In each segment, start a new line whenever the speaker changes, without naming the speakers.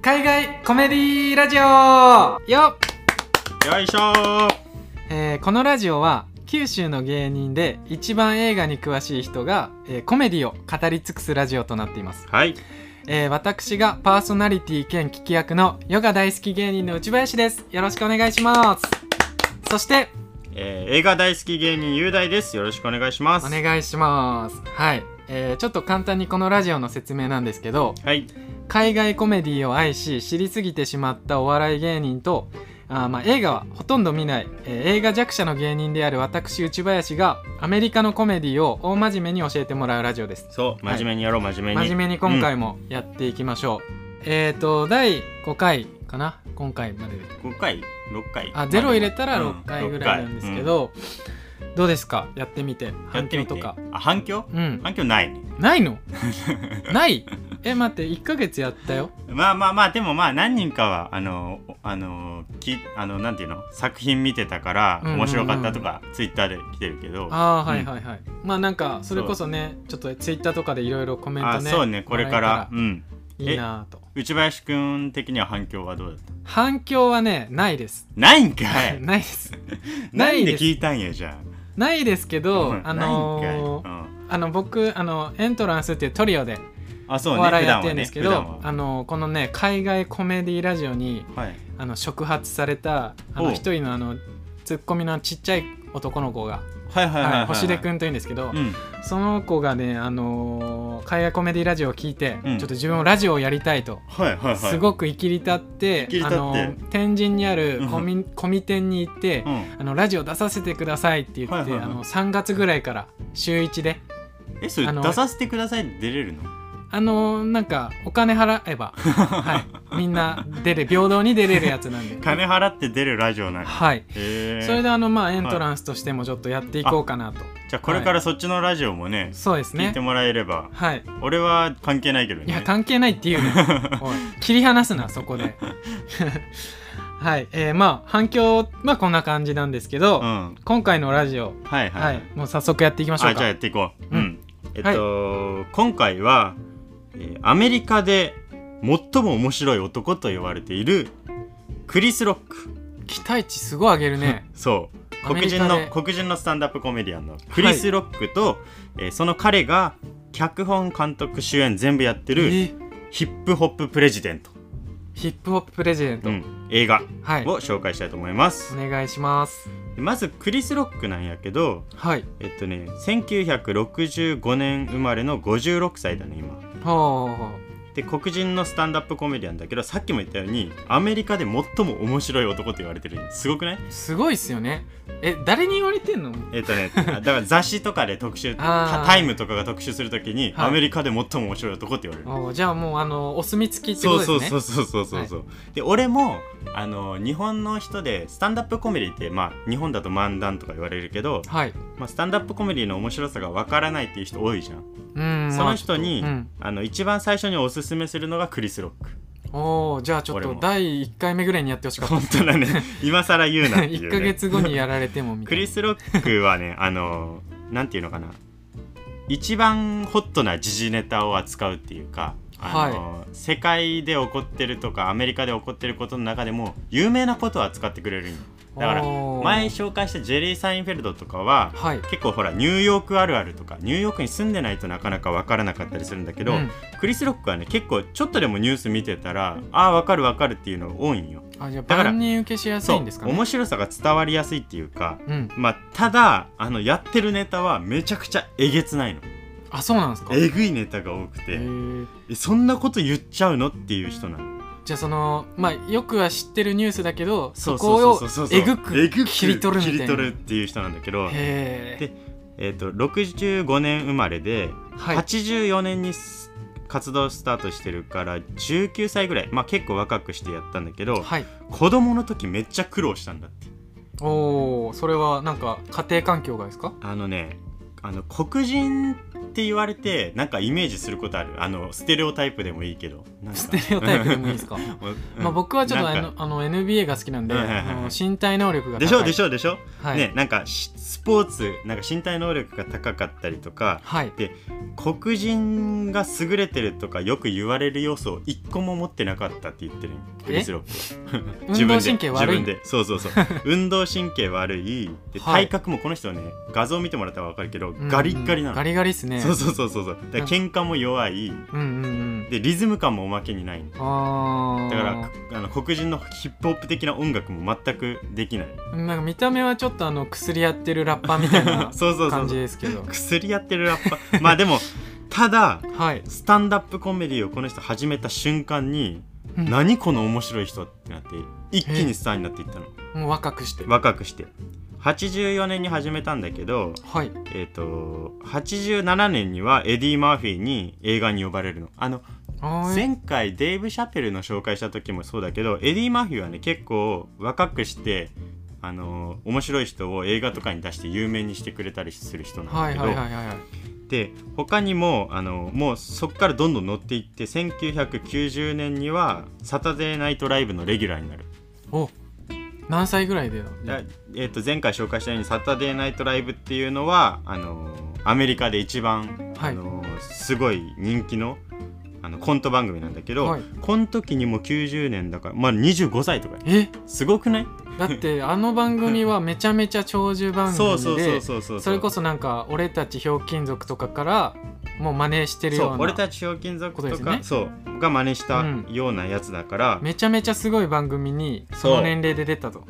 海外コメディラジオよっ、
よいしょー
えーこのラジオは九州の芸人で一番映画に詳しい人が、えーコメディを語り尽くすラジオとなっています、
はい
えー私がパーソナリティ兼聞き役のヨガ大好き芸人の内林ですよろしくお願いしますそして
えー映画大好き芸人雄大ですよろしくお願いします
お願いしますはい、えーちょっと簡単にこのラジオの説明なんですけど
はい
海外コメディを愛し知りすぎてしまったお笑い芸人とあーまあ映画はほとんど見ない、えー映画弱者の芸人である私内林がアメリカのコメディを大真面目に教えてもらうラジオです
そう
はい
真面目にやろう、真面目
真
に
面目に今回もやっていきましょう、えっ、ー、と第5回かな今回までで
5回6回
あゼロ入れたら
うん
6回ぐらいなんですけど、どうですかやってみて
や
反
って
響
みて
とか
あ反響
うん
反響ないね
ない のないえ待って1ヶ月やったよ
まあまあまあでもまあ何人かはあのあのきあのなんていうの作品見てたから
うんうんうん
面白かったとか、ツイッターで来てるけど
ああ
うん
はいはいはい、まあなんかそれこそねちょっとツイッターとかでいろいろコメント
あ
ね
そうねこれから
もえ
うん
たらいいなぁと
内林くん的には反響はどうだった
反響はねないです、
ないんかい
ないです
な
ない
ん
で
です聞いたんやじゃん
ないですけど、
うん
あの
ないん
ー
かいうん
あの僕あのエントランスっていうトリオで
あそ
お
うね
笑い
普
や
段
っ
は
てるん
ね
ですけど、
普段は
あのこのね海外コメディラジオに
はい
あの触発されたあの
おう
一人のあのツッコミのちっちゃい男の子が、
はいはいはいはい
はい星出く
ん
んというんですけど、
うん
その子がね、あのー海外コメディラジオを聞いて、
うん
ちょっと自分もラジオをやりたいと、
はいはいはい
す
い
ごく生きり立って
生きり立って
あのー天神にあるコミ,、コミ店に行って、
うん
あのラジオ出させてくださいって言って、
はいはいはい
あの3月ぐらいから週1で。
えそれ
あの
出させてくださいで出れるの
あのーなんかお金払え ば、はい、みんな出れ平等に出れるやつなんで
金払って出るラジオなんや
はい
へえ
それであのまあエントランスとしてもちょっとやっていこうかなと、
じゃあこれからそっちのラジオもね
そうです
聞い
ね
てもらえれば
はい
俺は関係ないけどね
いや関係ないっていうね おい切り離すなそこで はいえーまあ反響はこんな感じなんですけど、
うん
今回のラジオ
はい
は、
はいい
もう早速やっていきましょう
あ
か
じゃあやっていこう
う
うんんえっと今回はえーアメリカで最も面白い男と言われているクリス・ロック
期待値すごい上げるね
そう
アメ
黒
リ
人
カ
の
で
黒人のスタンダップコメディアンのクリス・ロックと、えーその彼が脚本監督主演全部やってる
えー
ヒップホッププレジデント、
ヒップホッププレジデント、
うん映画
はい
を紹介したいと思います、
お願いします
でまずクリス・ロックなんやけど
はい
えっとね1965年生まれの56歳だね今
ほ
で黒人のスタンダップコメディアンだけどさっきも言ったようにアメリカで最も面白い男と言われてるすごくないう
すごいっすよねえ誰に言われてんの
えっとね、だから雑誌とかで特集
あー
タタイムとかが特集するときに、
はい
アメリカで最も面白い男って言われる、
おーじゃあもうあのお墨付きって
そ
こと
う
ですね
そうそうそうそうそうそう、で俺もあの日本の人でスタンダップコメディって、まあ、日本だと漫談とか言われるけど、
はい
まあ、スタンダップコメディの面白さがわからないっていう人多いじゃん、
うん
その人に、
うん
あの一番最初におすすめするのがクリス・ロック
おおじゃあちょっ
俺
と
も
第1回目ぐらいにやってほしかった
本 当だね今更言うなっていう、ね、
1ヶ月後にやられてもみた
ク
い
リ
な
ス・ロックはね あのなんていうのかな一番ホットな時事ネタを扱うっていうかあの、世界で起こってるとかアメリカで起こってることの中でも有名なことを扱ってくれるんよだから
おー
前紹介したジェリー・サインフェルドとかは
はい
結構ほらニューヨークあるあるとかニューヨークに住んでないとなかなか分からなかったりするんだけど、
うん
クリス・ロックはね結構ちょっとでもニュース見てたらああ分かる分かるっていうの多いんよ。
あじゃあ
だから
万人受けしやすいんですか
そう
ね
面白さが伝わりやすいっていうか
うん
まあ、ただあのやってるネタはめちゃくちゃえげつないの
あそうなんですか
えぐいネタが多く
へ
て
ー
えそんなこと言っちゃうのっていう人なの
じゃあそのまあよくは知ってるニュースだけどそ
そ
うこ
そう
を
そうそうそう
えぐく切り取る
切
み
り
たいな
取るっていう人なんだけど、
へえ
でえー、と65年生まれで、
はい
84年にす活動スタートしてるから19歳ぐらい、まあ、結構若くしてやったんだけど、
はい
子供の時めっちゃ苦労したんだって
おおそれはなんか家庭環境がですか
あのねあの黒人っって言われてなんかイメージすることあるあのステレオタイプでもいいけどなんか
ステレオタイプでもいいですか、
うん
まあ、僕はちょっとあ
な
の
んか
あの NBA が好きなんで、
はいはいはいは
あ
い
の身体能力が高い
でしょでし
ょ、
ょでしょ、
はい
ねなんかしスポーツなんか身体能力が高かったりとか
はい、
黒人が優れてるとかよく言われる要素を一個も持ってなかったって言ってるよクリス・ロック自
運
分
動
で
神経悪い
自分でそうそ うそう運動神経悪いで
はい
体格もこの人はね画像見てもらったら分かるけど、
うん
ガリッガリなの
ガリガリっすね
そうそうそうそうそうだから喧嘩も弱い
うんうんうん
でリズム感もおまけにないの
あ
だからあの黒人のヒップホップ的な音楽も全くできない
らなんか見た目はちょっとあの薬やってるラッパーみたいな
そうそうそ
感
う
じ
そう
ですけど
薬やってるラッパ ーまあでもただ
はい、
スタンダップコメディをこの人始めた瞬間に
うん
何この面白い人ってなって一気にスターになっていったの
もう若くして
若くして84年に始めたんだけど、
はい
えっと87年にはエディ・マーフィーに映画に呼ばれるのあの
あー
前回デイブ・シャペルの紹介した時もそうだけどエディ・マーフィーはね結構若くしてあのー面白い人を映画とかに出して有名にしてくれたりする人なんだ
は
け
い
ど、
はいはいはいはい
で他にもあのもうそこからどんどん乗っていって1990年には「サタデーナイトライブ」のレギュラーになる、
お何歳ぐらいで
だえー、と前回紹介したように「サタデーナイトライブ」っていうのはあのアメリカで一番、
はい
あのすごい人気のあのコント番組なんだけど、
はい
この時にもう90年だから、まあ、25歳とか
え
すごくない
だってあの番組はめちゃめちゃ長寿番組
そ
で
うそうそうそうそう
それこ
そ
そなんか俺たちひょうきん族とかからもう真似してるよう
そ
な
う俺たちひょうきん族
こと
と
ですよ
か
ね
そうが真似した
うん
ようなやつだから、
めちゃめちゃすごい番組に
そう
その年齢で出たと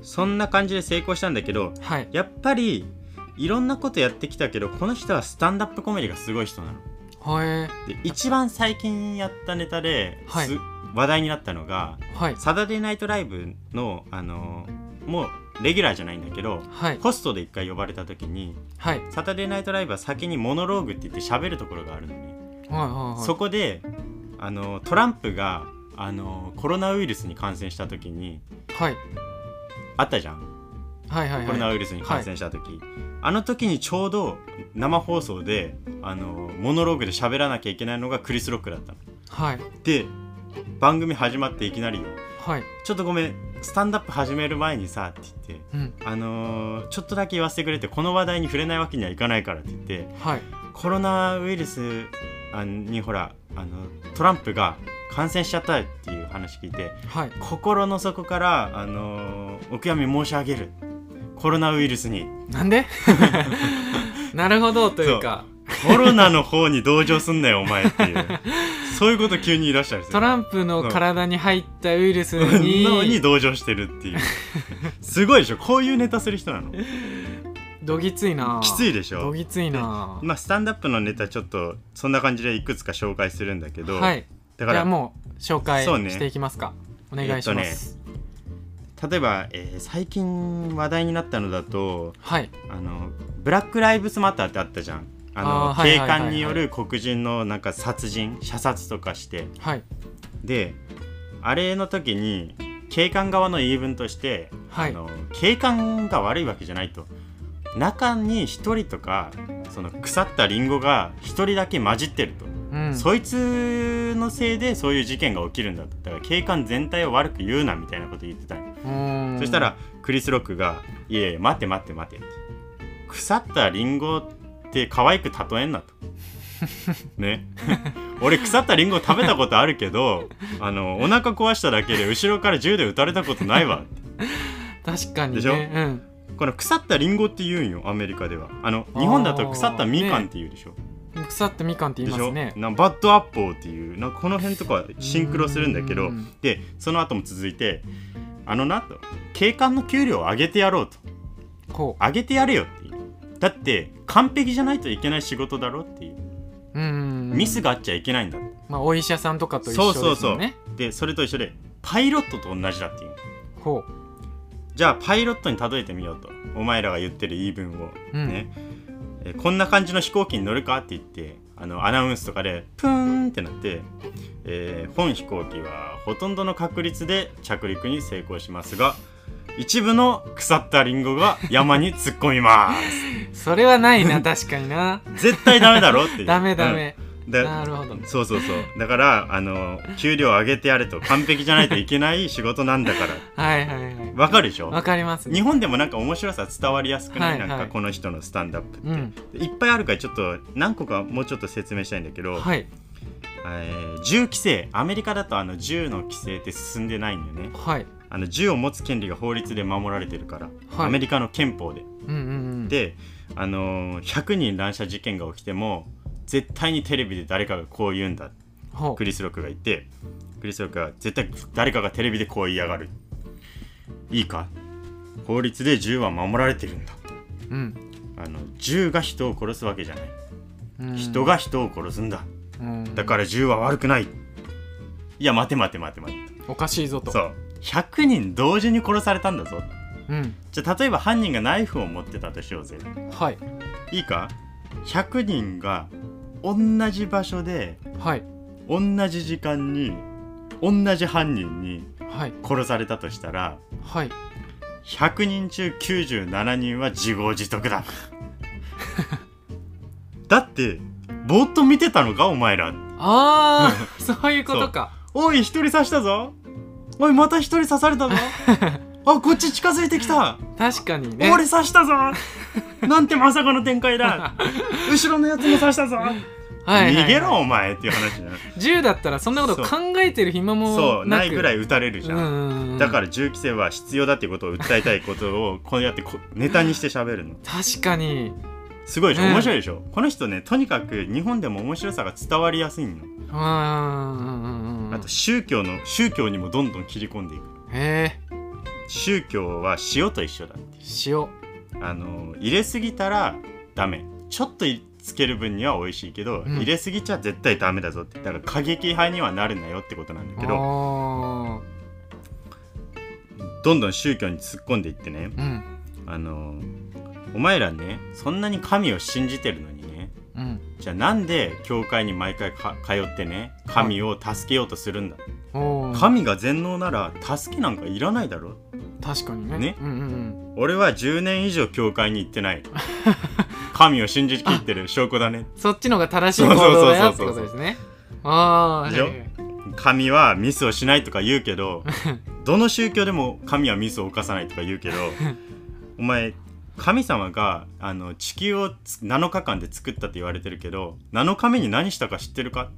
そんな感じで成功したんだけど
はい
やっぱりいろんなことやってきたけどこの人はスタンダップコメディがすごい人なの。
はえ
で一番最近やったネタで、
はい
す話題になったのが
はい
「サタデーナイトライブの」あのもうレギュラーじゃないんだけど
はい
ホストで一回呼ばれた時に
はいはい
「サタデーナイトライブ」は先にモノローグって言って喋るところがあるのね。
はいはい
そこであのトランプがあのコロナウイルスに感染した時に
はい
あったじゃん
はいはい
コロ
は
ナ
い
ウイルスに感染した時、あの時にちょうど生放送であのモノローグで喋らなきゃいけないのがクリス・ロックだったの
はい
で番組始まっていきなりよ
はい
「ちょっとごめんスタンダップ始める前にさ」って言って
うん
「あのーちょっとだけ言わせてくれ」ってこの話題に触れないわけにはいかないからって言って
はい
コロナウイルスあにほらあのトランプが感染しちゃったっていう話聞いて
はい
心の底から、あのーお悔やみ申し上げるコロナウイルス に
なんでなるほどというか
コロナの方に同情すんなよお前っていうそういうこと急に言い出したりする
トランプの体に入ったウイルス
のに
に
同情してるっていうすごいでしょこういうネタする人なのき
どぎついな
ついでし
ど
ょ
ぎついな
まあスタンダップのネタちょっとそんな感じでいくつか紹介するんだけど、
はい
だか
じゃあ
ら
もう紹介
そうね
していきますかお願いします
例えば、えー最近話題になったのだと
はい
あのブラック・ライブズ・マターってあったじゃんあの
あーはいはいはいはい
警官による黒人のなんか殺人射殺とかして
はい
であれの時に警官側の言い分として、
はい
あの警官が悪いわけじゃないと中に一人とかその腐ったリンゴが一人だけ混じってると、
うん
そいつのせいでそういう事件が起きるんだとだから警官全体を悪く言うなみたいなこと言ってたの
うーん
そしたらクリス・ロックが「いえいえ待って待って待って」腐ったリンゴって可愛く例えんな」 と。ね俺腐ったリンゴ食べたことある けどあのお腹壊しただけで後ろから銃で撃たれたことないわって
確かにね
でしょ
うん
この腐ったリンゴって言うんよアメリカではあの日本だと腐ったみかんって言うでしょ、
腐ったみかんって言
で
い
し
ます
ょ、
ね
なバッドアッポーっていうなんかこの辺とかシンクロするんだけ
う
ど
ん
でその後も続いてあのなと警官の給料を上げてやろうと
こ
上げてやれよっていうだって完璧じゃないといけない仕事だろっていう
ううん
ミスがあっちゃいけないんだっ
まあお医者さんとかと一
そ
緒
うそう
です
そう
よね
てそれと一緒でパイロットと同じだっていう
こ
じゃあパイロットに例えてみようとお前らが言ってる言い分を、
うん
ねえこんな感じの飛行機に乗るかって言ってあのアナウンスとかでプーンってなって、えー本飛行機はほとんどの確率で着陸に成功しますが一部の腐ったリンゴが山に突っ込みま
それはないな確かにな
す絶対ダメだろってい う
ダメダ、メ、
うんだ
なるほど
そうそうそうだからあの給料上げてやれと完璧じゃないといけない仕事なんだから
はいはいはい
わかるでしょ
わかります
日本でもなんか面白さ伝わりやすくない、
はいはい
なんかこの人のスタンダップって、
うん
いっぱいあるからちょっと何個かもうちょっと説明したいんだけど、
はい
えー銃規制アメリカだとあの銃の規制って進んでないんだよね
はい
あの銃を持つ権利が法律で守られてるから、
はい
アメリカの憲法で
うんうんうん
で、あのー100人乱射事件が起きても絶対にテレビで誰かがこう言うんだ
ほ
クリス・ロックが言ってクリス・ロックは絶対誰かがテレビでこう言いやがるいいか法律で銃は守られてるんだ
う、うん
あの銃が人を殺すわけじゃない
うん、
人が人を殺すんだ
うん
だから銃は悪くないいや待て待て待て待て
おかしいぞと
そう100人同時に殺されたんだぞ
うん
じゃあ例えば犯人がナイフを持ってたとしようぜ
はい
いいか100人が同じ場所で
はい
同じ時間に同じ犯人に
はい
殺されたとしたら
はい
100人中97人は自業自得だ だってぼーっと見てたのかお前ら
ああ そういうことか
おい一人刺したぞおいまた一人刺され たぞあこっち近づいてきた、
確かにね
俺刺したぞなんてまさかの展開だ後ろのやつも刺したぞ、
はいはい
逃げろお前っていう話じゃない
銃だったらそんなこと考えてる暇もなく
そうないぐら
い
い撃たれるじゃん、だから銃規制は必要だっていうことを訴えたいことをこうやってこネタにして喋るの
確かに
すごいでしょ
うん
面白いでしょ、この人ねとにかく日本でも面白さが伝わりやすいの、
うんうんうんうん
あと宗教の宗教にもどんどん切り込んでいく
へえ
宗教は塩と一緒だって
塩
あの入れすぎたらダメちょっとつける分には美味しいけど、
うん
入れすぎちゃ絶対ダメだぞってだから過激派にはなるなよってことなんだけど
あー
どんどん宗教に突っ込んでいってね
うん
あのお前らねそんなに神を信じてるのにね
うん
じゃあなんで教会に毎回か通ってね神を助けようとするんだ
おー
神が全能なら助けなんかいらないだろ
確かにね
ね
うんうん
俺は10年以上教会に行ってない神を信じきってる証拠だね
うんそっちの方が正しい行動だよってことですねああ
でしょ神はミスをしないとか言うけどどの宗教でも神はミスを犯さないとか言うけどお前神様があの地球をつ7日間で作ったって言われてるけど7日目に何したか知ってるか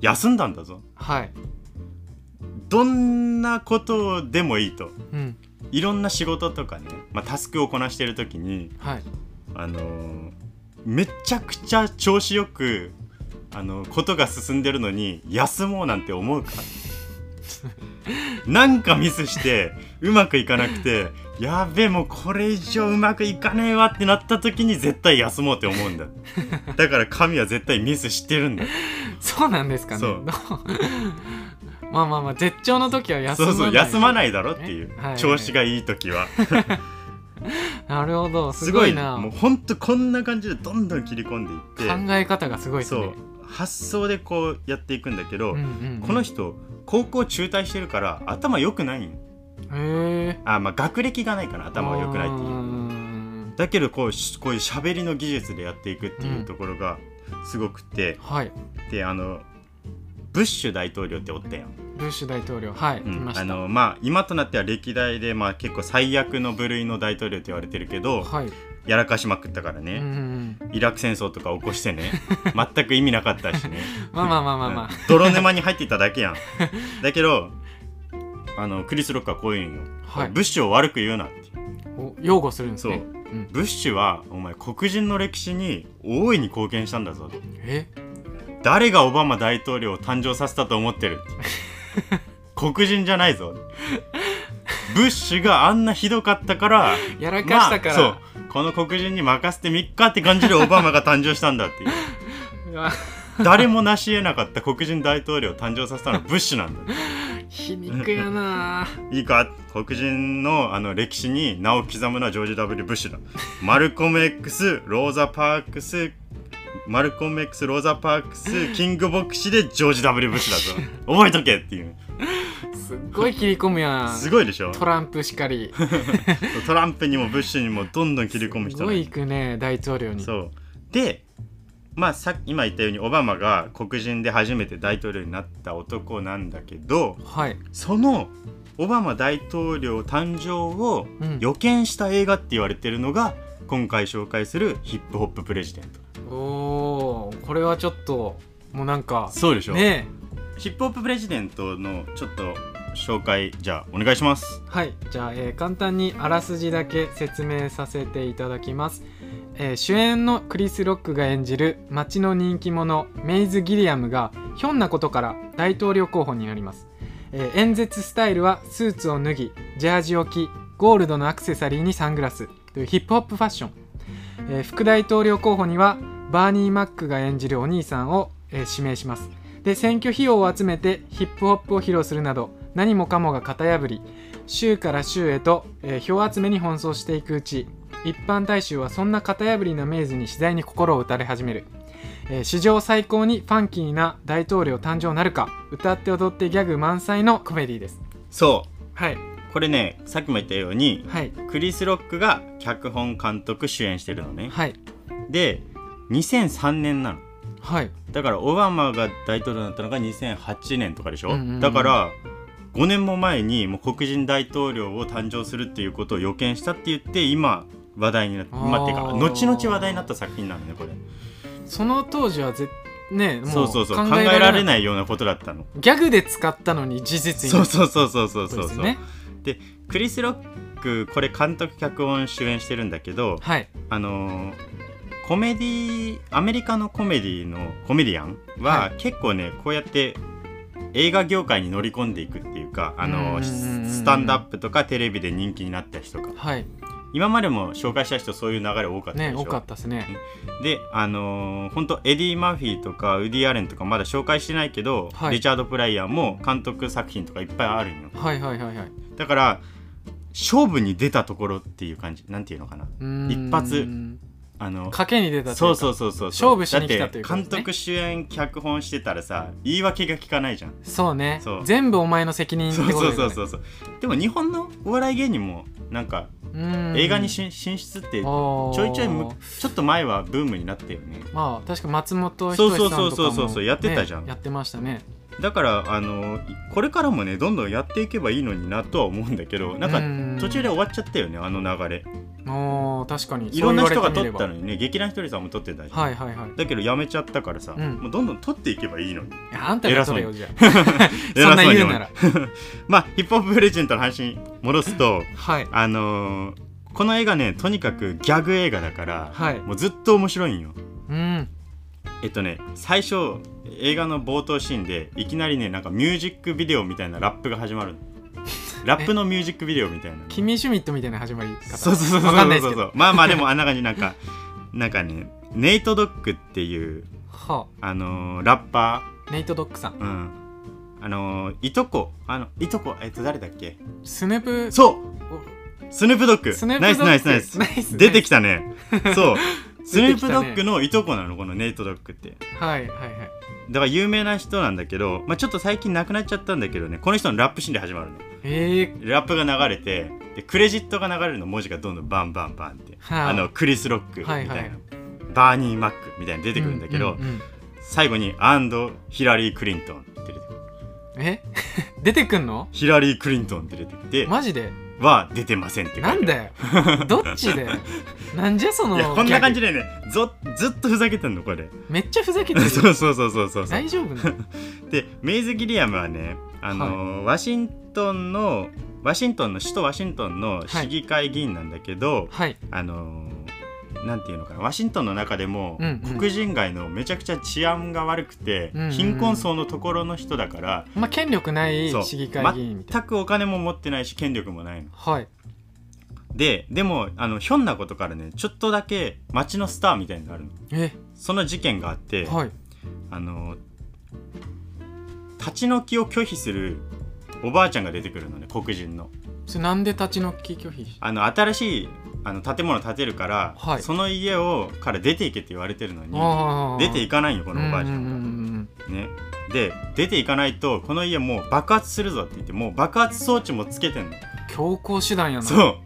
休んだんだぞ
はい
どんなことでもいいと
うん
いろんな仕事とかね、まあ、タスクをこなしてる時に
はい
あのーめちゃくちゃ調子よくあのことが進んでるのに休もうなんて思うかなんかミスしてうまくいかなくてやべえもうこれ以上うまくいかねえわってなった時に絶対休もうって思うんだだから神は絶対ミスしてるんだ
そうなんですかね
そう
まあまあまあ絶頂の時は休ま
そ
な
う
い
そう休まないだろっていう、
ねはいはい
調子がいい時は
なるほどす
す
ご
ご
い
い
な
もうほんとこんな感じでどんどん切り込んでいって
考え方がすごいです
そ
ね
う発想でこうやっていくんだけ
う
ど、
んうんうん
この人高校中退してるから頭良くないん
へえ
あまあ学歴がないから頭は良くないって
う
いうんだけどこうしこういう喋りの技術でやっていくっていうところがすごくて、
はい
であのブッシュ大統領っておったやん、
ブッシュ大統領はい、
う
い
ん
まし
あ
た
のまあ、今となっては歴代で、まあ、結構最悪の部類の大統領って言われてるけど、
はい、
やらかしまくったから
うんうんう
ね、
ん
イラク戦争とか起こして ね全く意味なかったしね
まあまあまあまあま
うん泥沼に入っていただ けやんだけどあのクリス・ロックはこういうんよ、
はい
ブッシュを悪く言うなって
あ、お擁護するんです
そう、
ねん
ブッシュはお前黒人の歴史に大いに貢献したんだぞ
え
誰がオバマ大統領を誕生させたと思ってる 黒人じゃないぞブッシュがあんなひどかったから
やらかしたから、
まあ、そうこの黒人に任せてみっかって感じでオバマが誕生したんだっていう
うわ
誰も成し得なかった黒人大統領を誕生させたのはブッシュなんだ
皮肉やない
いか黒人のあの歴史に名を刻むのはジョージ・ W ・ブッシュ だ。マルコム X、ローザ・パークス、マルコム X、ローザ・パークス、キング牧師でジョージ・ W ・ブッシュだぞ。覚えとけっていう。
すっごい切り込むや
す
ん
ごいでしょ
トランプしかり
トランプにもブッシュにもどんどん切り込む
す
人
ご
なん
い
で
行くね大統領に
そうで、まあ、さ今言ったようにオバマが黒人で初めて大統領になった男なんだけど
はい
そのオバマ大統領誕生を
うん
予見した映画って言われてるのが今回紹介する「ヒップホップ・プレジデント
おーこれはちょっともうなん」か
そうでし
ね
ヒップホップ・プレジデントのちょっと紹介じゃあお願いします
はいじゃあ、えー簡単にあらすじだけ説明させていただきます、えー主演のクリス・ロックが演じる町の人気者メイズ・ギリアムがひょんなことから大統領候補になります、えー演説スタイルはスーツを脱ぎジャージを着ゴールドのアクセサリーにサングラスというヒップホップファッション、えー副大統領候補にはバーニー・マックが演じるお兄さんを、えー指名しますで選挙費用を集めてヒップホップを披露するなど何もかもが型破り州から州へと、えー票集めに奔走していくうち一般大衆はそんな型破りなメイズに次第に心を打たれ始める、えー史上最高にファンキーな大統領誕生なるか歌って踊ってギャグ満載のコメディです
そ
はいう
これねさっきも言ったように
はい
クリス・ロックが脚本監督主演してるのね
はい
で2003年なの
はい
だからオバマが大統領になったのが2008年とかでしょ、
うんうんうん
だから5年も前にもう黒人大統領を誕生するっていうことを予見したって言って今話題になって
あー
今っていうか後々話題になった作品なのねこれ
その当時はぜねもう
そうそうそう考えられないようなことだったの
ギャグで使ったのに事実に
そう
なった
そうそうそうそう
ってこ
そう
とですよ
そう、
ね
クリス・ロックこれ監督脚本主演してるんだけど
はい
あのーコメディアメリカのコメディのコメディアンは結構ねこうやって映画業界に乗り込んでいくっていうかあのー
うんうんうんうん
ススタンドアップとかテレビで人気になった人が
はい
今までも紹介した人そういう流れ多かったでし
ね
ょ、
多かったですね
であの本当エディ・マーフィーとかウディ・アレンとかまだ紹介してないけど、
はい
リチャード・プライヤーも監督作品とかいっぱいあるんよ
はいはいはいはい
だから勝負に出たところっていう感じなんていうのかな
うーん
一発あの
賭けに出たというか
そうそうそうそう
勝負しに来たということ
だ
ですね
って監督主演脚本してたらさ言い訳が聞かないじゃん
そうね
そう
全部お前の責任って
そ
こ
う
とだ
そ
よ
う
ね
そうそうそうでも日本のお笑い芸人もなんか
うーん
映画にし進出ってちょ
ょ
いちょいむちょっと前はブームになったよね
まあ確か松本人志さんとかも、ね、
そうそうそうそうそうやってたじゃん
やってましたね
だからあのこれからもねどんどんやっていけばいいのになとは思うんだけどなんか
うん
途中で終わっちゃったよねあの流れ
おー確かに
いろんな人が
そう
撮
言
っ
わ
た
れてみれ
のにね劇団ひとりさんも撮ってたじゃん、
ばはいはいはいい
だけどやめちゃったからさ、
うん
もうどんどん撮っていけばいいのに
やあんたがそれよじゃあそん
偉
な
そうに
言う
思
なら
まあヒップホップレジェンドの話に戻すと
はい
あのーこの映画ねとにかくギャグ映画だから、
はい
もうずっと面白いんよ
うん
えっとね最初映画の冒頭シーンでいきなりねなんかミュージックビデオみたいなラップが始まるのラップのミュージックビデオみたいな
キミ・シュミットみたいな始まり方
そうそうそうそう
わかんないで
そ
す
う
け
そ
ど
うまあまあでもあんな感じなんかなんかねネイトドッグっていう
は
あのーラッパ
あネイト・ドッグさん
ーうんあのーいとこあのいとこえっと誰だっけ
スヌープ
そう
お
スヌープドッグ
スヌープ
ナイス
ドッグ
ナイスナイス
ナイス
出てき たねそうスヌ
出て
ー
きた
プ
ね
ドッグのいとこなのこのネイトドッグって
はいはいはい
だから有名な人なんだけど、まあ、ちょっと最近亡くなっちゃったんだけどねこの人のラップシーンで始まるの
えー、
ラップが流れてでクレジットが流れるの文字がどんどんバンバンバンって、
はあ
あのクリス・ロックみたいな、
はいはい
バーニー・マックみたいなの出てくるんだけど、
ううん
最後に「アンドヒラリー・クリントン」って出てくる
うんえ 出てくんの
ヒラリー・クリントンって出てきて
マジで
は出てませんって書いてあ
な
る
んだよどっち でなんじゃその
いやこんな感じ
ギ
でねぞずっとふざけてんのこれ
ャグめっちゃふざけてる
そうそうそうそうそうそう
大丈夫なの
でメイズ・ギリアムはねあの、ワシントンのワシントンの首都ワシントンの市議会議員なんだけど、
はい
あのなんていうのかなワシントンの中でも、
うんうん
黒人街のめちゃくちゃ治安が悪くて、
うんうん
貧困層のところの人だから、
まあ権力ない
そう
市議会議員みたいな
全くお金も持ってないし権力もないの
はい
ででもあのひょんなことからねちょっとだけ街のスターみたいになるの
え
その事件があって、
はい
あの立ち退きを拒否するおばあちゃんが出てくるのね黒人の
それなんで立ち退き拒否し
あの新しいあの建物建てるから、
はい
その家をから出ていけって言われてるのに
あー
出ていかないよこのおばあ
うん
ちゃんが、
うんうんうんうん
ね、で出ていかないとこの家もう爆発するぞって言ってもう爆発装置もつけてんの
強行手段やな
そう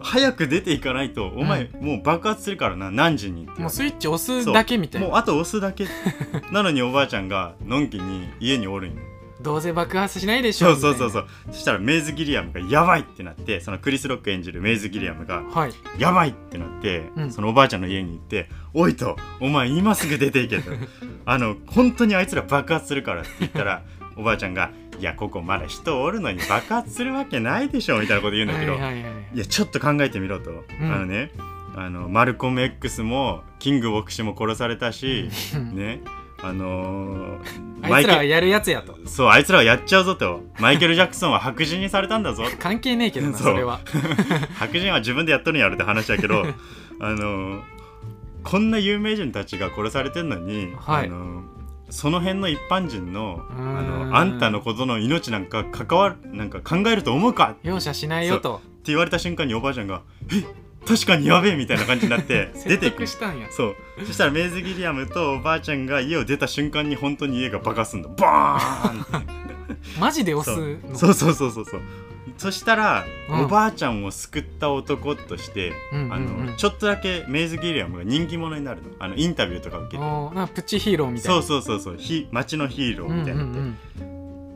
早く出ていかないとお前、もう爆発するからな何時にって言
もう
われ
スイッチ押すだけみた
て
い
もう
な
あと押すだけなのにおばあちゃんがのんきに家におるんよ
どうせ爆発しないでし
そ
ょ
うそうそう
みた
そうそしたらメイズ・ギリアムがやばいってなってそのクリス・ロック演じるメイズ・ギリアムが
いなはい
やばいってなって、
うん
そのおばあちゃんの家に行って「おいとお前今すぐ出ていけ」と 「あの本当にあいつら爆発するから」って言ったら おばあちゃんが「いやここまだ人おるのに爆発するわけないでしょ」みたいなこと言うんだ
は
け
い
ど「
はい
い
はいはい
やちょっと考えてみろと」
ん
あのねあのマルコム X もキング牧師も殺されたし、
うん
ねあのー
あいつらはやるやつやと
そうあいつらはやっちゃうぞとマイケル・ジャクソンは白人にされたんだぞ
関係ねえけどな
そう
それは
白人は自分でやっとるんやろって話や けどあのこんな有名人たちが殺されてんのに、
はい
あのその辺の一般人のあ
うーん
のあんたのことの命なんか関わるなんか考えると思うかって
容赦しないよと
言われた瞬間におばあちゃんが「え確かにやべえ」みたいな感じになって 出
説
ていく
得したんや
そうそしたらメイズ・ギリアムとおばあちゃんが家を出た瞬間に本当に家が爆発すんだバーンって
マジで押すの
そうそうそうそうそうそしたら、
うん
おばあちゃんを救った男として、
うんうんうん
あのちょっとだけメイズ・ギリアムが人気者になるのあのインタビューとか受けて
おーなんかプチヒーローみたい
そ
な
うそうそうそうひ街のヒーロー
うん
み
う
たい
ん
に
う
なって、
ん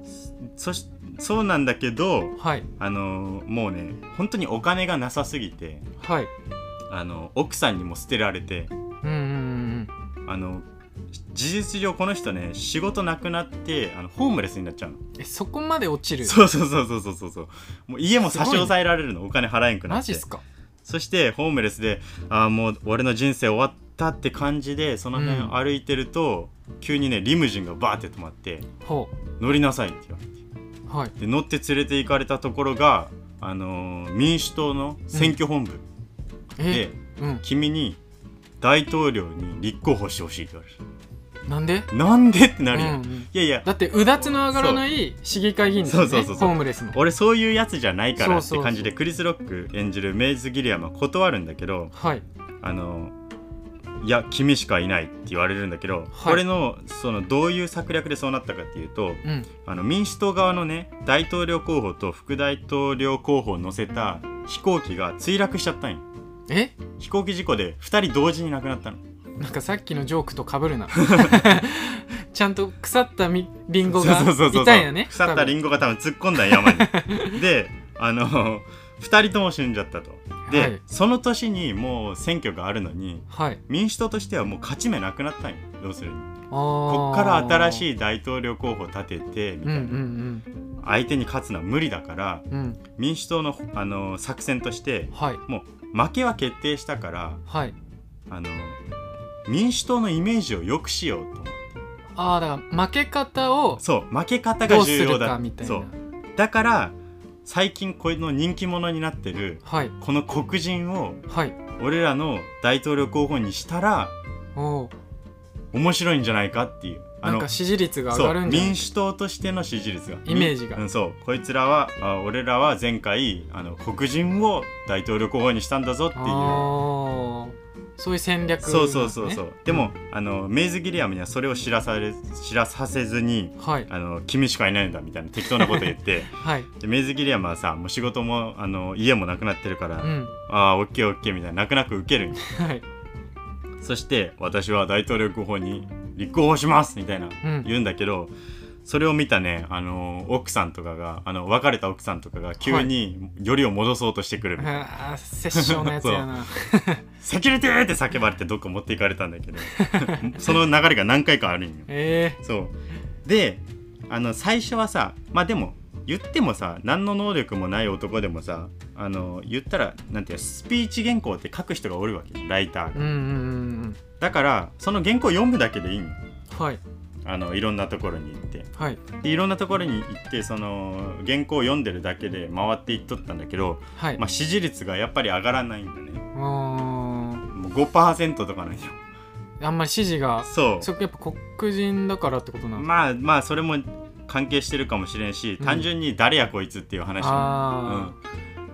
そしそうなんだけど
はい
あのもうね本当にお金がなさすぎて
はい
あの奥さんにも捨てられて
うんうんうん
あの事実上この人ね仕事なくなってあのホームレスになっちゃうの
えそこまで落ちる
そうそうそうそうそうそうそうもう家も差し押さえられるのお金払えんくな
マ
っ
ジ
て
っすか
そしてホームレスでああもう俺の人生終わったって感じでその
うん
辺歩いてると、急にねリムジンがバーって止まって
ほ
「乗りなさい」って言われて
うはい
で乗って連れて行かれたところが、あのー民主党の選挙本部で、
えうん
君に大統領に立候補してほしいって言われる
なんで
なんでってなるよ、
うん
い
うん
やいや
だってうだつの上がらない市議会議員ですよね
そうそうそうそう
ホームレスの
俺そういうやつじゃないからっ
そうそうそ
て
う
感じでクリス・ロック演じるメイズ・ギリアムは断るんだけど、
はい
あのいや君しかいないって言われるんだけど、
はい
これのそのどういう策略でそうなったかっていうと
うん
あの民主党側のね大統領候補と副大統領候補を乗せた飛行機が墜落しちゃったんよ
え
飛行機事故で2人同時に亡くなったの
なんかさっきのジョークとかぶる なちゃんと腐ったみリンゴが
そうそうそうそう
いたんやね
腐ったリ
ン
ンゴが多分突っ込んだん山 にであの2人とも死んじゃったとで、
はい
その年にもう選挙があるのに
はい
民主党としてはもう勝ち目なくなったんよ要するにこ
こ
っから新
い
しい大統領候補立ててみ
うん
た
う
いな、
ん
相手に勝つのは無理だから
うんうん
民主党のあの作戦として
はい
もう負けは決定したから
はい
あの民主党のイメージを良くしようと思って
ああだから負け方を
そう負け方
ど
が
うす
重
る
要
か
だ
みたいな
そうだから最近これの人気者になってる
はい
この黒人を
はい
俺らの大統領候補にしたら
おー
面白いんじゃないかっていうあ
なん
の
か支持率が上
そ
がる
うん
じゃない
民主党としての支持率が
イメージが
うん、そうこいつらはあ俺らは前回あの黒人を大統領候補にしたんだぞっていう
あーそういう戦略
そうそうそうそう、
う
でもあのメイズ・ギリアムにはそれを知らされ知らさせずに
はい
あの君しかいないんだみたいな適当なこと言って
はい
でメイズ・ギリアムはさもう仕事もあの家もなくなってるから、
うん
ああオッケーオッケーみたいな泣く泣く受けるんよ
はい
そして私は大統領候補に立候補しますみたいな
うん
言うんだけど、それを見たねあの奥さんとかがあの別れた奥さんとかが急によりを戻そうとしてくるみたいな、
ああ殺生のやつやな
セキュリティーって叫ばれてどっか持っていかれたんだ けどその流れが何回かあるんよ
え
そうであの最初はさまあでも言ってもさ何の能力もない男でもさあの言ったらなんていうのスピーチ原稿って書く人がおるわけよライター
え
が
うんうん
だからその原稿読むだけでいいの
うんはい
あのいろんなところに行って
はい
でいろんなところに行ってその原稿を読んでるだけで回っていっとったんだけど、
はい、
まあ、支持率がやっぱり上がらないんだね
うーん
もう5%とかなんよ
あんまり支持が
そう
そこやっぱ黒人だからってことなの、
まあまあそれも関係してるかもしれんし、
うん
単純に誰やこいつっていう話も
あ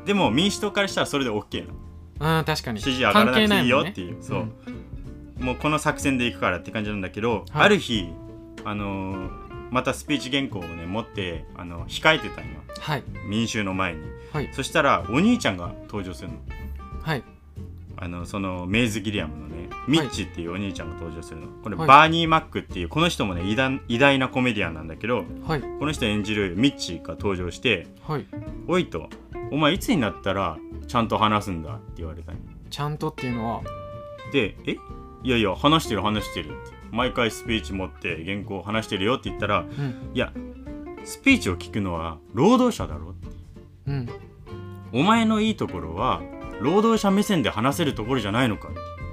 うん、でも民主党からしたらそれで OK なの
あー、うん、確かに
支持上がらなくていいよ
関
って
係
いう、
な
そ
も
うん
ね、
もうこの作戦でいくからって感じなんだけど、
はい
ある日あのまたスピーチ原稿をね持ってあの控えてた今
はい
民衆の前に
はい
そしたらお兄ちゃんが登場するの
はい
あのそのメイズ・ギリアムのねミッチっていうお兄ちゃんが登場するのこれ、
はい
バーニー・マックっていうこの人もね偉大偉大なコメディアンなんだけど
はい
この人演じるミッチが登場して
はい
「おい」と「お前いつになったらちゃんと話すんだ」って言われたの
ちゃんとっていうのは
で「えいやいや話してる話してる」って毎回スピーチ持って原稿を話してるよって言ったら「
うん
いやスピーチを聞くのは労働者だろ」って
うん
お前のいいところは労働者目線で話せるところじゃないのか」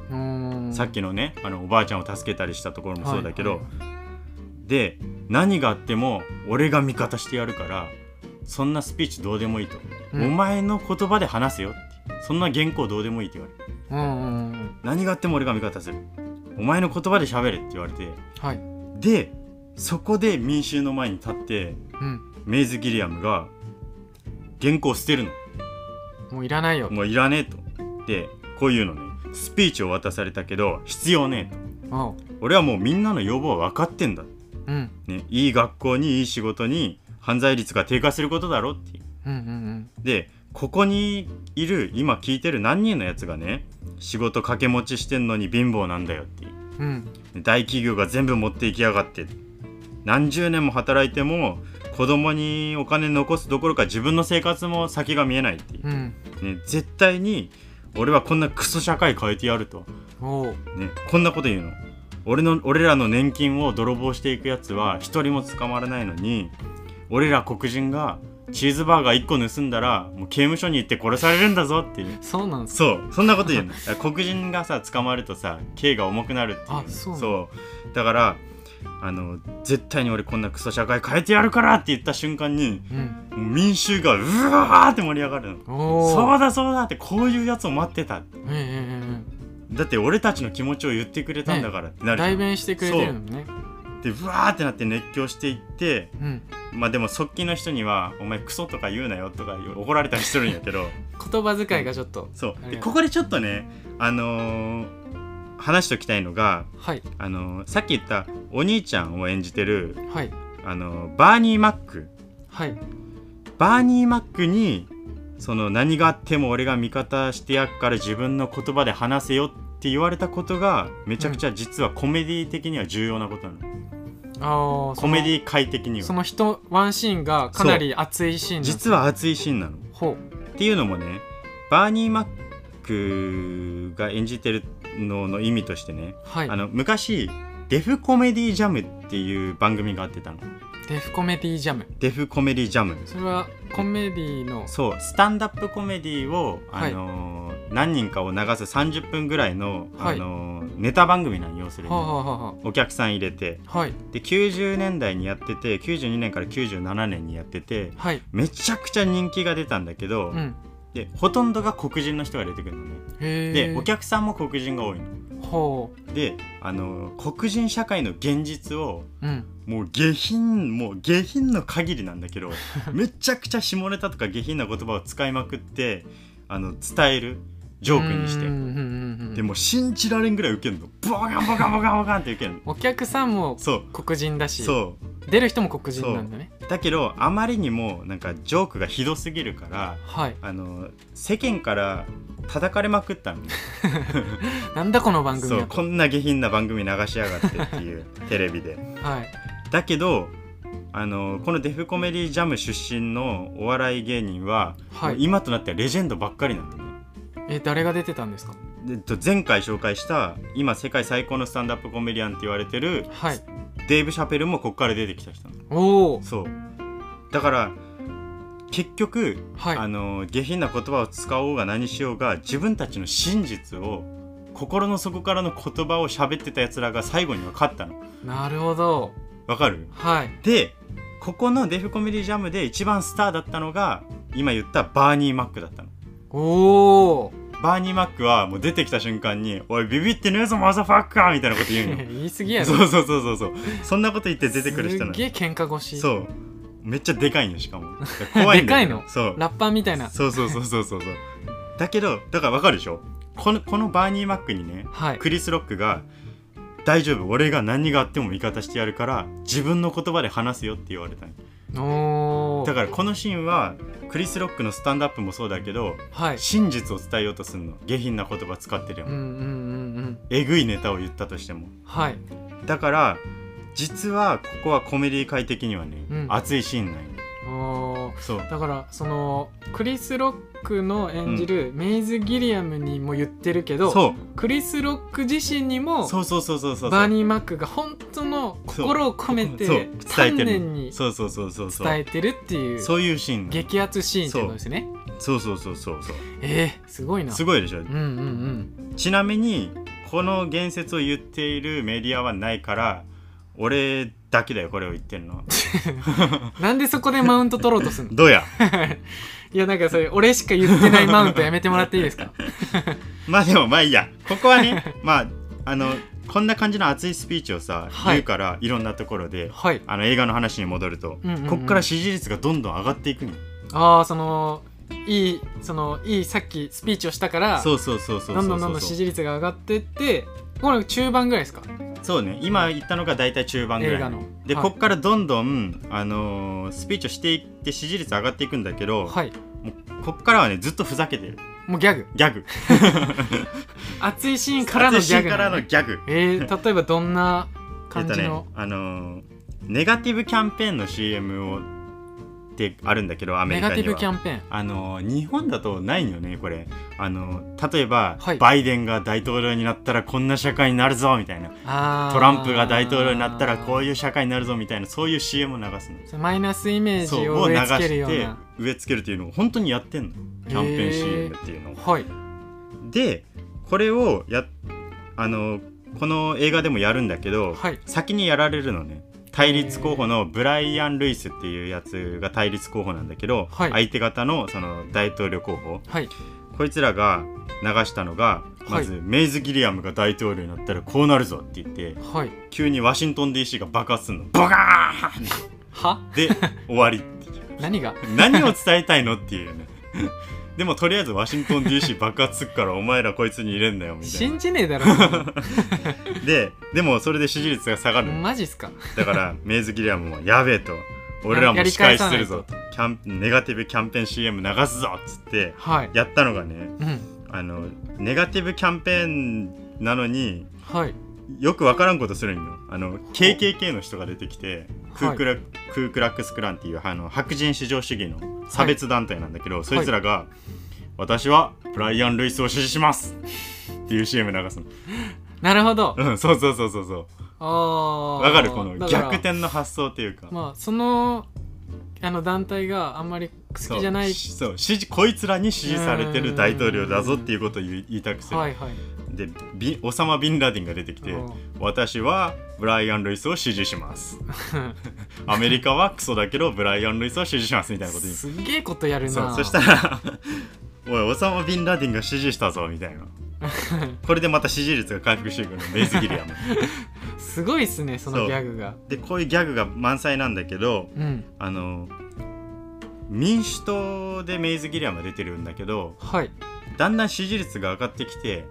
うーん
さっきのねあのおばあちゃんを助けたりしたところもそうだけ
は
ど、
いは
で何があっても俺が味方してやるからそんなスピーチどうでもいいと、
うん
お前の言葉で話せよってそんな原稿どうでもいいって言われる
うんうんうん
何があっても俺が味方するお前の言葉で喋れって言われて
はい
でそこで民衆の前に立って
うん
メイズ・ギリアムが原稿を捨てるの
もういらないよ
もういらねえとでこういうのねスピーチを渡されたけど必要ねえと
あ
俺はもうみんなの要望は分かってんだ、
うん
ね、いい学校にいい仕事に犯罪率が低下することだろっていう
うんうん
でここにいる今聞いてる何人のやつがね仕事掛け持ちしてんのに貧乏なんだよっていう
うんうん
ね大企業が全部持っていきやがって何十年も働いても子供にお金残すどころか自分の生活も先が見えないっていう、
うん
ね、絶対に俺はこんなクソ社会変えてやると
おう
ね、こんなこと言うの俺の俺らの年金を泥棒していくやつは一人も捕まらないのに俺ら黒人がチーズバーガー1個盗んだらもう刑務所に行って殺されるんだぞっていう
そうなんです
そうそんなこと言うのだから黒人がさ捕まるとさ刑が重くなるっていう
あそうなの
だからあの絶対に俺こんなクソ社会変えてやるからって言った瞬間に
うん
もう民衆がうわーって盛り上がるの
おお
そう
だ
だそうだってこういうやつを待ってたって
えええ
だって俺たちの気持ちを言ってくれたんだからってな
え
るじゃん
代弁してくれてるのね
でブワーってなって熱狂していって
うん
まあでも側近の人には「お前クソとか言うなよ」とか怒られたりするんやけ ど
言葉遣いがちょっと
そう
あ
で
りがとう
ここでちょっとねあのー話しておきたいのが、
はい
あのーさっき言ったお兄ちゃんを演じてる、
はい
あのーバーニー・マック
はい
バーニー・マックにその何があっても俺が味方してやっから自分の言葉で話せよって言われたことがめちゃくちゃ実はコメディ的には重要なことなの、
ああ
コメディ界的に
そ
は
の人ワンシーンがかなり熱いシーンなんです
実は熱いシーンなの
ほ
っていうのもねバーニー・マックが演じてるのの意味としてね、
うはい
あの昔デフコメディジャムっていう番組があってたの
デフコメディジャム
デフコメディジャム
それはコメディの
そうスタンダップコメディをあのー何人かを流す30分ぐらいの、
はい
あのーネタ番組なん要するに、
はあ、はあは
お客さん入れて
あ、はい
で90年代にやってて92年から97年にやってて
はい
めちゃくちゃ人気が出たんだけど、
うん
でほとんどが黒人の人が出てくるのね
へえ
でお客さんも黒人が多いの
ほ
であの黒人社会の現実を
ううん
もう下品もう下品の限りなんだ けどめちゃくちゃ下ネタとか下品な言葉を使いまくってあの伝えるジョークにし
うん
て
うんうんうん
でもう信じられんぐらいウケるのボカンボカンボカンボカンってウケるの
お客さんも
そう
黒人だし
そ
出る人も黒人なんだね
うだけどあまりにもなんかジョークがひどすぎるから
はい
あの世間から叩かれまくったのね
なんだこの番組
そ
は
うこんな下品な番組流しやがってって いうテレビで
はい
だけどあのこのデフコメディジャム出身のお笑い芸人は、
は
もう
い
今となってはレジェンドばっかりなんだね
え誰が出てたんですか
でえっと前回紹介した今世界最高のスタンダップコメディアンって言われてる、
はい
デイブ・シャペルもここから出てきた人なの
おお
そうだから結局、
はい
あの下品な言葉を使おうが何しようが自分たちの真実を心の底からの言葉を喋ってたやつらが最後には勝ったの
なるほど
わかる
はい
でここのデフコメディジャムで一番スターだったのが今言ったバーニー・マックだったの
おお
バーニー・マックはもう出てきた瞬間に「おいビビってねえぞマザファッカー!」みたいなこと言うの
言い過ぎやろ
そうそうそうそうそうそんなこと言って出てくる
す
人な
っ
の
げえ喧嘩腰
そうめっちゃでかいんよしか も怖いんだよ
でかいの
そう
ラッパーみたいな
そうそうそうそうそうそうだけどだからわかるでしょこのこのバーニー・マックにね
はい
クリス・ロックが大丈夫俺が何があっても味方してやるから自分の言葉で話すよって言われたの
おー
だからこのシーンはクリス・ロックのスタンドアップもそうだけど
はい
真実を伝えようとするの下品な言葉使ってで
うんう
も
んうんうん
えぐいネタを言ったとしても
はい
だから実はここはコメディ界的にはね、
うん
熱いシーンなんよ
おー
そう
だからそのクリス・ロックの演じるメイズ・ギリアムにも言ってるけど、
そう
クリス・ロック自身にも
そうそうそうそうそう
バーニー・マックが本当の心を込めて
そう
丹
伝えてる
念に
そうそうそうそうそう
伝えてるっていう
そういうシーンなの
激アツシーンってことですね
そうそうそうそうそう
えー、すごいな
すごいでしょ、
うんうんうん
ちなみにこの言説を言っているメディアはないから俺だけだよこれを言ってるの
なんでそこでマウント取ろうとすんの
どうや
いやなんかそれ俺しか言ってないマウントやめてもらっていいです か
まあでもまあい いやここはねまああのこんな感じの熱いスピーチをさ、
はい
言うからいろんなところで
はい
あの映画の話に戻ると、
うんうんうん
こっから支持率がどんどん上がっていくのよ
ああそのいいそのいいさっきスピーチをしたから
そうそうそうそうそうそう
どんどんどんどん支持率が上がってってこれ中盤ぐらいですか
そうね今言ったのが大体中盤ぐら
映
い
画の
で、
はい
こっからどんどん、あのースピーチをしていって支持率上がっていくんだけど、
はい
もうこっからはねずっとふざけてる
もうギャグ
ギャグ
熱いシーンからのギャグ
私
な
か
の
ら
ね
のギャグ
えー、例えばどんな感じ
えっ
の
とね、あのーネガティブキャンペーンの CM をってあるんだけどア
ネ
メリ
ガ
カ
ティ
に
ブ
は
キャンペーン
あのー日本だとないよねこれあのー例えば、
はい
バイデンが大統領になったらこんな社会になるぞみたいな
あー
トランプが大統領になったらこういう社会になるぞみたいなそういう CM を流すの
そのマイナスイメー
そ
ジ
う
を
を
植
流
え付ける
し
よう
て
な
植え付けるっていうのを本当にやってんのキャンペーン CM っていうのを、
はい
でこれをやあのこの映画でもやるんだけど、
はい
先にやられるのね対立候補のブライアン・ルイスっていうやつが対立候補なんだけど、
はい
相手方のその大統領候補
はい
こいつらが流したのがまず、
は
メイズ・ギリアムが大統領になったらこうなるぞって言って
はい
急にワシントン DC が爆発するのボカ
は
ーンで終わりっていう
何が
何を伝えたいのっていうねでもとりあえずワシントン DC 爆発するからお前らこいつに入れんなよみたいな
信じねえだ ろそんな
ででもそれで支持率が下がる
のマジっすか
だからメイズ・ギリアムもやべえと俺らも仕返しするぞとキャンネガティブキャンペーン CM 流すぞっつって
はい
やったのがね
うん
あのネガティブキャンペーンなのに
はい
よくわからんことするんよあの KKK の人が出てきてクークラ,、クークラックスクランっていうあの白人至上主義の差別団体なんだけど、そいつらが、私はブライアン・ルイスを支持します」っていう CM 流すの
なるほど
うんそうそうそうそうそう
ああ
わかるこの
だから
逆転の発想というか、
まあそのあの団体があんまり好きじゃない
そうしそう支持こいつらに支持されてる大統領だぞっていうことを言い言いたくする、
はいはい
でビオサマ・ビンラディンが出てきて
うん
私はブライアン・ルイスを支持しますアメリカはクソだけどブライアン・ルイスを支持しますみたいなこと言う
すっげえことやる
そ
な
うそしたら おいオサマ・ビンラディンが支持したぞみたい なこれでまた支持率が回復していくのメイズ・ギリアム
すごいっすねそ
そう
のギャグが
でこういうギャグが満載なんだけど
うん
あの民主党でメイズ・ギリアムが出てるんだけど
はい
だんだん支持率が上がってきて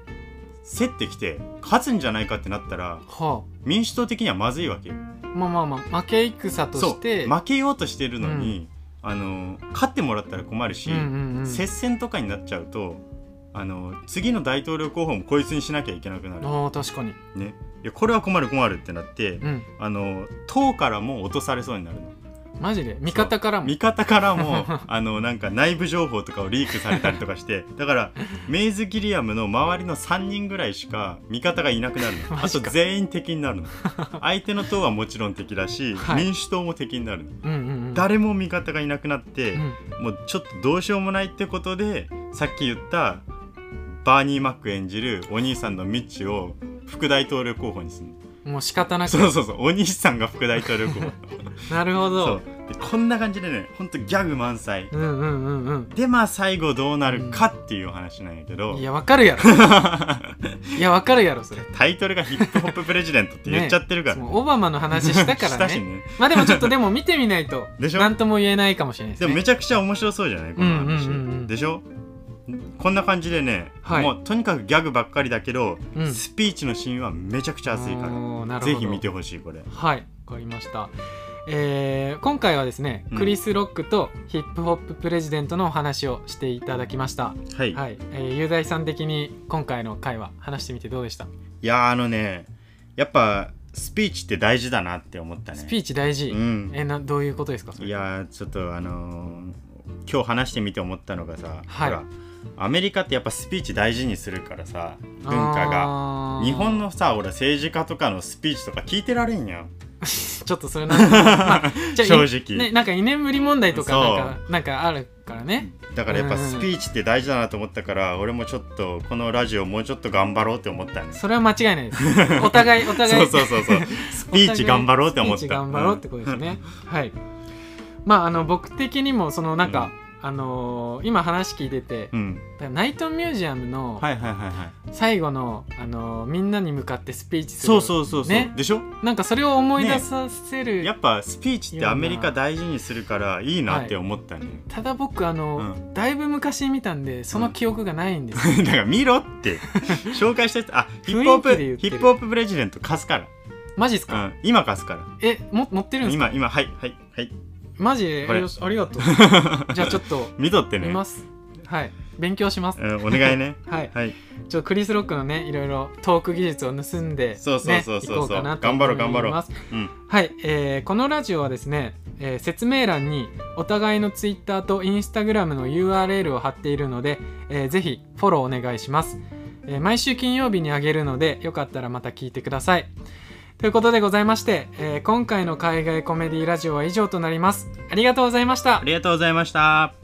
競ってきて勝つんじゃないかってなったら
は
民主党的にはまずいわけよ
あまあまあまあ負け戦と
そ
し
う
て
負けようとしてるのに、あの勝ってもらったら困るし、
うんうんうん
接戦とかになっちゃうとあの次の大統領候補もこいつにしなきゃいけなくなる、
ああ確かに
ね、いやこれは困る困るってなって、
うん
あの党からも落とされそうになるの
マジで味方からも
味方から もあのなんか内部情報とかをリークされたりとかしてだからメイズ・ギリアムの周りの3人ぐらいしか味方がいなくなる のあ
マジ
と
か
全員敵にな るの相手の党はもちろん敵だし、
はい
民主党も敵になるの
うんうんうん
誰も味方がいなくなって、
うん
もうちょっとどうしようもないってことでさっき言ったバーニー・マック演じるお兄さんのミッチを副大統領候補にするの
もう仕方なく
そうそうそうお兄さんが副大 統領候補
なるほ
そ
ど
うでこんな感じでねほんとギャグ満載
うんうんうん
でまあ最後どうなるかっていうお話なんやけ
う
ど、
んいやわかるやろ いやわかるやろそれ
タイトルが「ヒップホッププレジデント」って言っちゃってるから、
そのオバマの話したか
し
ら
たし
ね
ね
まあでもちょっとでも見てみないと
でしょ
なんとも言えないかもしれないです
でも
ね
めちゃくちゃ面白そうじゃないこの話、
うんうんうんうん
でしょこんな感じでね、
はい
もうとにかくギャグばっかりだけど、
うん
スピーチのシーンはめちゃくちゃ熱いから
おーなるほ
ぜ
ど
ひ見てほしいこれ
はいわかりました、えー今回はですね、
うん
クリス・ロックとヒップホッププレジデントのお話をしていただきました
はい、
はい、えー、雄大さん的に今回の回は話してみてどうでした、
いやーあのねやっぱスピーチって大事だなって思ったね
スピーチ大事、
うん
えーなどういうことですかそれ
いやーちょっとあのー今日話してみて思ったのがさ、
はい
ほらアメリカってやっぱスピーチ大事にするからさ文化が
が
日本のさほら政治家とかのスピーチとか聞いてられんやん
ちょっとそれなん か、まあじゃあ
正直
ね、なんか居眠り問題とか
そう
なんかなんかあるからね
だからやっぱ
うんうん
スピーチって大事だなと思ったから俺もちょっとこのラジオもうちょっと頑張ろうって思ったね
それは間違い ないですお互いお互い
そうそうそうそうスピーチ頑張ろうって思った
スピーチ頑張ろうってことですね、はいまああの僕的にもそのなんか、あのー今話聞いてて、
うん
ナイトミュージアムの
はいはいはいはい
最後の、あのーみんなに向かってスピーチする
そうそうそうそう、
ね
でしょ
なんかそれを思い出させる、
やっぱスピーチってアメリカ大事にするからいいなって思ったね、
ただ僕あの、
うん
だいぶ昔見たんでその記憶がないんですよ、
だから見ろって 紹介したやつあヒップホ
雰
ッ
囲
プ
気で言って
ヒ
る
ップホッププレジデント貸すか、
マジっすから
うん、今貸すから
えも持ってるんですか
今今はいはいはい
マジよ
これ
しありがとう じゃあちょっと
見とってね
見ますはい勉強します
うん、お願いね
はい
はい
ちょっとクリス・ロックのねいろいろトーク技術を盗んで、ね、
そうそうそうそうそう
行こうかなと思い
頑張ろう頑張ろう
ます
うん
はい、えーこのラジオはですね、えー説明欄にお互いの Twitter と Instagram の URL を貼っているので、えーぜひフォローお願いします、えー毎週金曜日にあげるのでよかったらまた聞いてくださいということでございまして、えー今回の海外コメディラジオは以上となりますありがとうございました
ありがとうございました